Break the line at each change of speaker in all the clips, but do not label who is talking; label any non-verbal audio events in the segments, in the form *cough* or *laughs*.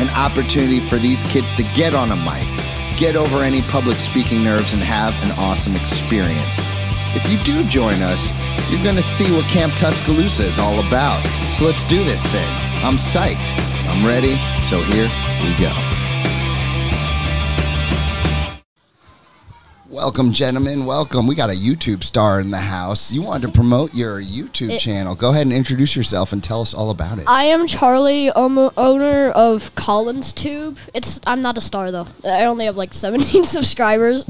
An opportunity for these kids to get on a mic, get over any public speaking nerves, and have an awesome experience. If you do join us, you're going to see what Camp Tuscaloosa is all about. So let's do this thing. I'm psyched. I'm ready. So here we go. Welcome, gentlemen. Welcome. We got a YouTube star in the house. You wanted to promote your YouTube channel. Go ahead and introduce yourself and tell us all about it.
I am Charlie, om- owner of Collins Tube. It's I'm not a star though. I only have like *laughs* 17 subscribers,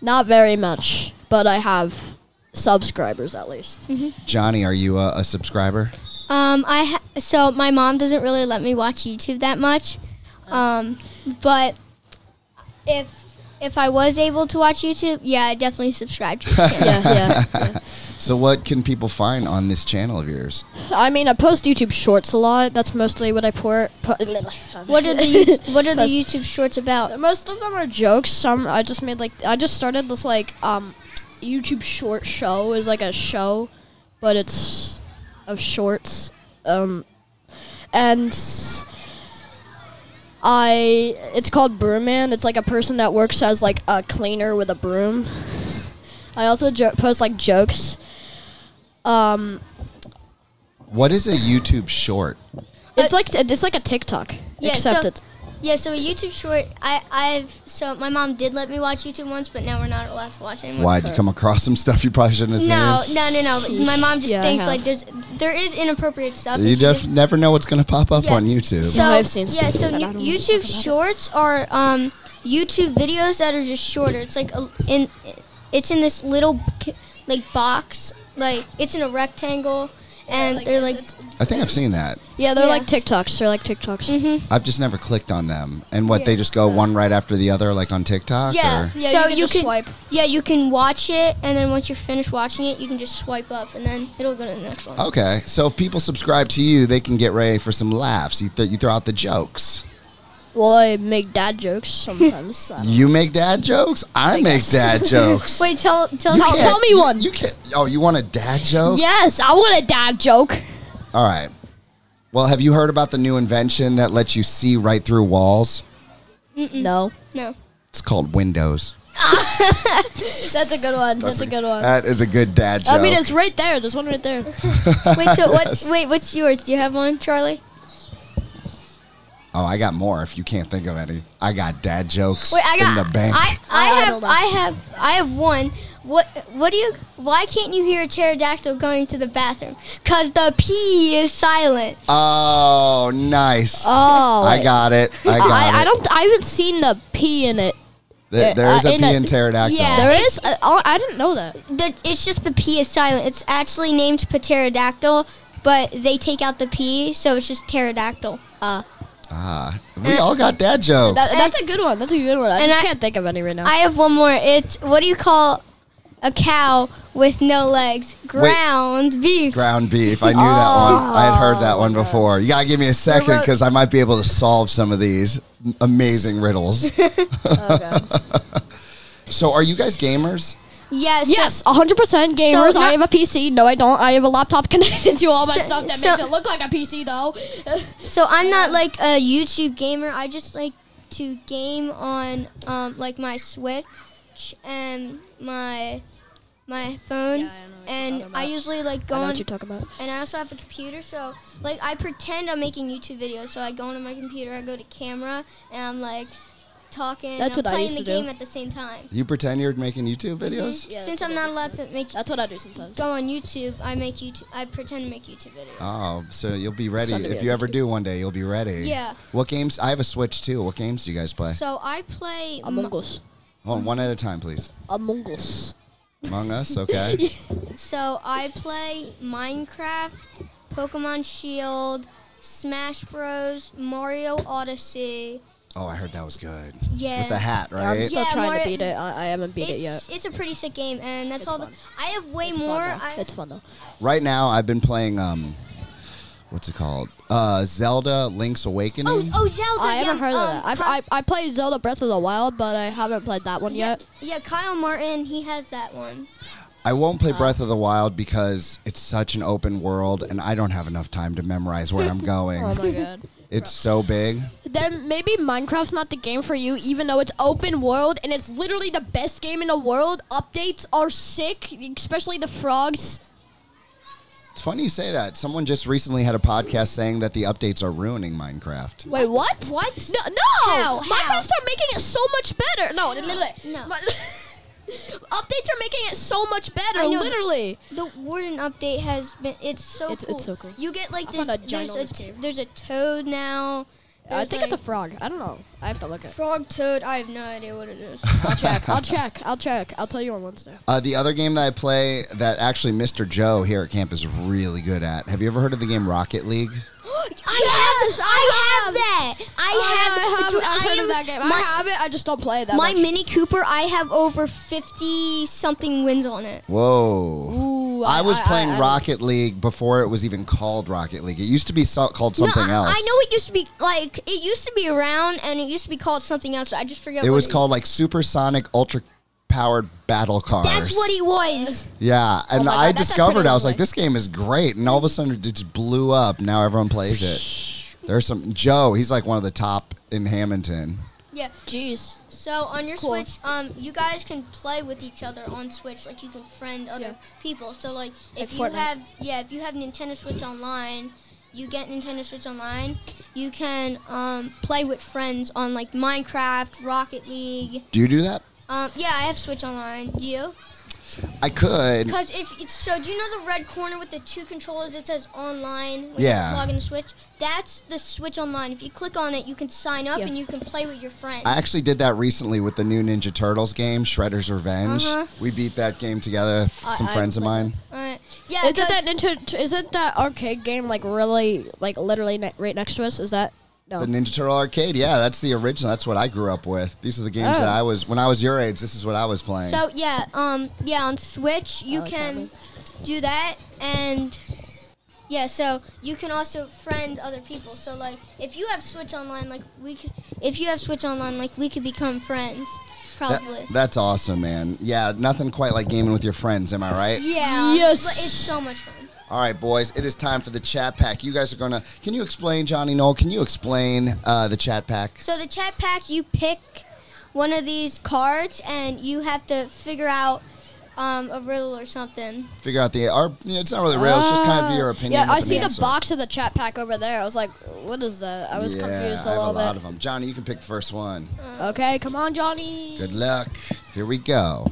not very much, but I have subscribers at least.
Johnny, are you a, a subscriber?
Um, I ha- so my mom doesn't really let me watch YouTube that much, um, but if if I was able to watch YouTube, yeah, I definitely subscribe to his channel.
*laughs* yeah, yeah, yeah.
So, what can people find on this channel of yours?
I mean, I post YouTube Shorts a lot. That's mostly what I pour. Put, *laughs*
What are the YouTube, what are the YouTube shorts about?
Most of them are jokes. Some I just made like I just started this like um YouTube short show is like a show, but it's of shorts. Um and I it's called Broomman. It's like a person that works as like a cleaner with a broom. *laughs* I also jo- post like jokes. Um
What is a YouTube short?
Oh
it's like it's like a TikTok
Uh, Yeah,
except
so-
it
Yeah, so a YouTube short. I I've so my mom did let me watch YouTube once, but now we're not allowed to watch anymore.
Why'd you come across some stuff you probably shouldn't have seen?
No, no, no, no. My mom just
Yeah, I
thinks
have.
like there's there is inappropriate stuff. and
You
she just-
def- never know what's going to pop up
Yeah.
on YouTube.
So
No, I've seen
yeah,
stuff
so
like that.
new-
I don't wanna
YouTube
talk about it.
Shorts are um, YouTube videos that are just shorter. It's like a, in it's in this little c- like box, like it's in a rectangle, and they're like
I think I've seen that.
yeah, they're
Yeah. Mm-hmm.
like TikToks. They're like TikToks.
I've just never clicked on them. And what they just go one right after the other, like on TikTok.
yeah,
Or?
Yeah,
So
you can just swipe.
yeah, you can watch it, and then once you're finished watching it, you can just swipe up, and then it'll go to the next one.
Okay, so if people subscribe to you, they can get ready for some laughs. You, th- you throw out the jokes.
Well, I make dad jokes sometimes.
*laughs*
I don't-
You make dad jokes. I, make
*laughs*
dad jokes.
Wait, tell
*laughs*
tell
You
us.
can't-
tell me
you-
one.
You can't. Oh, you want a dad joke?
yes, I want a dad joke.
All right. Well, have you heard about the new invention that lets you see right through walls?
No,
No.
It's called windows.
that's a good one. That's, a good one.
That is a good dad joke.
I mean, it's right there. There's one right there.
Wait, so
*laughs*
what? Wait, what's yours? Do you have one, Charlie?
oh, I got more. If you can't think of any, I got dad jokes
Wait, I got.
in the bank.
I,
Uh,
I have.
hold on.
I have. I have one. What? What do you? Why can't you hear a pterodactyl going to the bathroom? Cause the P is silent.
Oh, nice.
Oh,
I
wait.
got it. I got it.
I, I don't. I haven't seen the P in it.
There- there is
uh,
a
in
P
a-
in pterodactyl.
Yeah.
There is. I, oh, I didn't know that.
The, it's just the P is silent. It's actually named pterodactyl, but they take out the P, so it's just pterodactyl.
Uh,
Ah, we all got dad jokes.
that, that's a good one. That's a good one. I
And
just
I-
can't think of any right now.
I have one more. It's what do you call a cow with no legs? Ground beef.
Ground beef. I knew that one. I had heard that one before. You gotta give me a second
wrote-
because I might be able to solve some of these amazing riddles. *laughs* so, are you guys gamers?
yeah. So,
yes, 100 percent gamers.
so
I
not-
have a PC. No, I don't. I have a laptop *laughs* connected to all my
So-
stuff that
so-
makes it look like a PC, *laughs* though.
So I'm not like a YouTube gamer. I just like to game on um, like my Switch and my my phone,
Yeah, I know what you're
and
talking
I
about.
usually like go
I know
on.
what you're talking about.
and I also have a computer, so like I pretend I'm making YouTube videos. So I go on my computer, I go to camera, and I'm like talking.
That's what
and
I
I'm playing
used
the
to do.
game at the same time.
You pretend you're making YouTube videos?
Yeah,
Since
that's
I'm not allowed to make
That's what I do sometimes.
go on YouTube, I make YouTube. I pretend to make YouTube videos.
Oh, so you'll be ready.
Sunday
If
on
you ever do one day, you'll be ready.
Yeah.
What games? I have a Switch too. What games do you guys play?
so I play
Among Us.
Hold on, one at a time, please.
Among Us.
Among Us, okay.
So I play Minecraft, Pokemon Shield, Smash Bros, Mario Odyssey,
Oh, I heard that was good.
Yeah.
With the hat,
I'm
right?
still
Yeah,
trying
more-
to beat it. I, I haven't beat
It's,
it yet.
it's a pretty sick game, and that's
It's
all.
fun.
The, I have way
It's
more.
fun though.
I,
it's fun though.
Right now, I've been playing um, what's it called? Uh, Zelda: Link's Awakening.
oh, oh, Zelda.
I haven't
yeah,
heard
um,
of that. I've,
Ky-
I I played Zelda Breath of the Wild, but I haven't played that one
yeah,
yet.
yeah, Kyle Martin. He has that one.
I won't play Breath of the Wild because it's such an open world, and I don't have enough time to memorize where
*laughs*
I'm going.
Oh my *laughs* god.
it's so big.
Then maybe Minecraft's not the game for you, even though it's open world and it's literally the best game in the world. Updates are sick, especially the frogs.
It's funny you say that. Someone just recently had a podcast saying that the updates are ruining Minecraft.
Wait, what?
What?
No, no!
How?
Minecraft's are making it so much better. No, literally.
no.
Mi- *laughs* updates are making it so much better.
I know.
Literally.
The Warden update has been. It's so
It's-
cool.
it's so cool.
You get like
I
this.
found a giant on
there's a
this
t-
game.
there's a toad now.
I
There's,
think
like,
it's a frog. I don't know. I have to look *laughs* at. it.
frog toad. I have no idea what it is.
I'll check. I'll check. I'll check. I'll tell you on Wednesday.
Uh, the other game that I play that actually Mr. Joe here at camp is really good at. Have you ever heard of the game Rocket League?
I have this. *gasps* I, have, that. I
Oh, I have.
dude,
I've heard
am-
of that game.
My,
I have it. I just don't play it that
my
much.
Mini Cooper. I have over fifty something wins on it.
Whoa.
Ooh,
I, was playing
I- I-
Rocket League before it was even called Rocket League. It used to be so- called something
no, I,
else.
I know it used to be like it used to be around, and it used to be called something else. but I just forget.
It
what
was called like Supersonic Ultra Powered Battle Cars.
That's what he was.
Yeah, and
my God,
I
that's a
discovered
pretty
I was like,
one.
this game is great, and all of a sudden it just blew up. Now everyone plays it. There's some Joe. He's like one of the top in Hamilton.
Yeah.
Jeez.
So on your
Cool.
Switch, um, you guys can play with each other on Switch. Like you can friend other people. So like if
Like
you
Fortnite.
have yeah, if you have Nintendo Switch Online, you get Nintendo Switch Online. You can um, play with friends on like Minecraft, Rocket League.
Do you do that?
Um, yeah, I have Switch Online. Do you?
I could.
Because if it's, so, do you know the red corner with the two controllers that says online? When
Yeah.
You log into Switch. That's the Switch Online. If you click on it, you can sign up
Yeah.
and you can play with your friends.
I actually did that recently with the new Ninja Turtles game, Shredder's Revenge.
Uh-huh.
We beat that game together. f-
I-
Some
I
friends of
played
mine.
Alright. Yeah.
Isn't
'cause-
that Nintendo? Isn't that arcade game like really like literally ne- right next to us? Is that no?
The Ninja Turtle arcade. Yeah, that's the original. That's what I grew up with. These are the games
Oh.
that I was when I was your age. This is what I was playing.
So yeah, um, yeah, on Switch you
like that
can
one.
do that, and yeah, so you can also friend other people. So like, if you have Switch Online, like we could, if you have Switch Online, like we could become friends,
That-
probably.
that's awesome, man. Yeah, nothing quite like gaming with your friends. Am I right?
yeah.
Yes.
But it's so much fun.
All right, boys, it is time for the chat pack. You guys are going to. Can you explain, Johnny Knoll? Can you explain uh, the chat pack?
So the chat pack, you pick one of these cards, and you have to figure out um, a riddle or something.
Figure out the. Our, you know, it's not really real, it's just kind of your
Ah.
opinion.
Yeah,
with
I
an
see the
answer.
box of the chat pack over there. I was like, what is that? I was
yeah,
confused a
I have
little
a lot
bit.
of them. Johnny, you can pick the first one.
Okay, come on, Johnny.
Good luck. Here we go.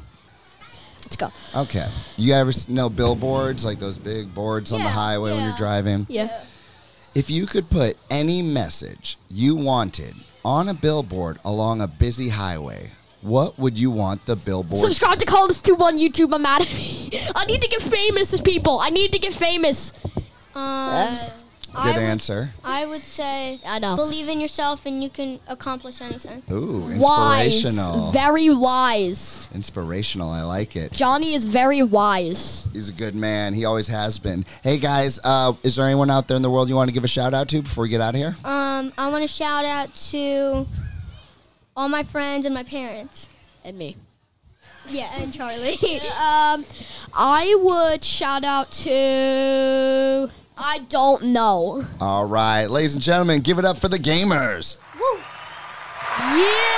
Let's go.
Okay. You ever s- know billboards, like those big boards on the
Yeah,
highway when you're
yeah.
driving?
Yeah.
If you could put any message you wanted on a billboard along a busy highway, what would you want the billboard
Subscribe to Collins Two One YouTube. I'm mad at me. I need to get famous, people. I need to get famous.
Um, I
Good
would-
answer.
I would say
I know.
believe in yourself, and you can accomplish anything.
Ooh, inspirational.
Wise, very wise.
inspirational. I like it.
Johnny is very wise.
He's a good man. He always has been. Hey guys, uh, is there anyone out there in the world you want to give a shout out to before we get out of here?
Um, I want to shout out to all my friends and my parents.
And me.
Yeah, and Charlie.
Um, I would shout out to. I don't know.
All right, ladies and gentlemen, give it up for the gamers.
Yeah.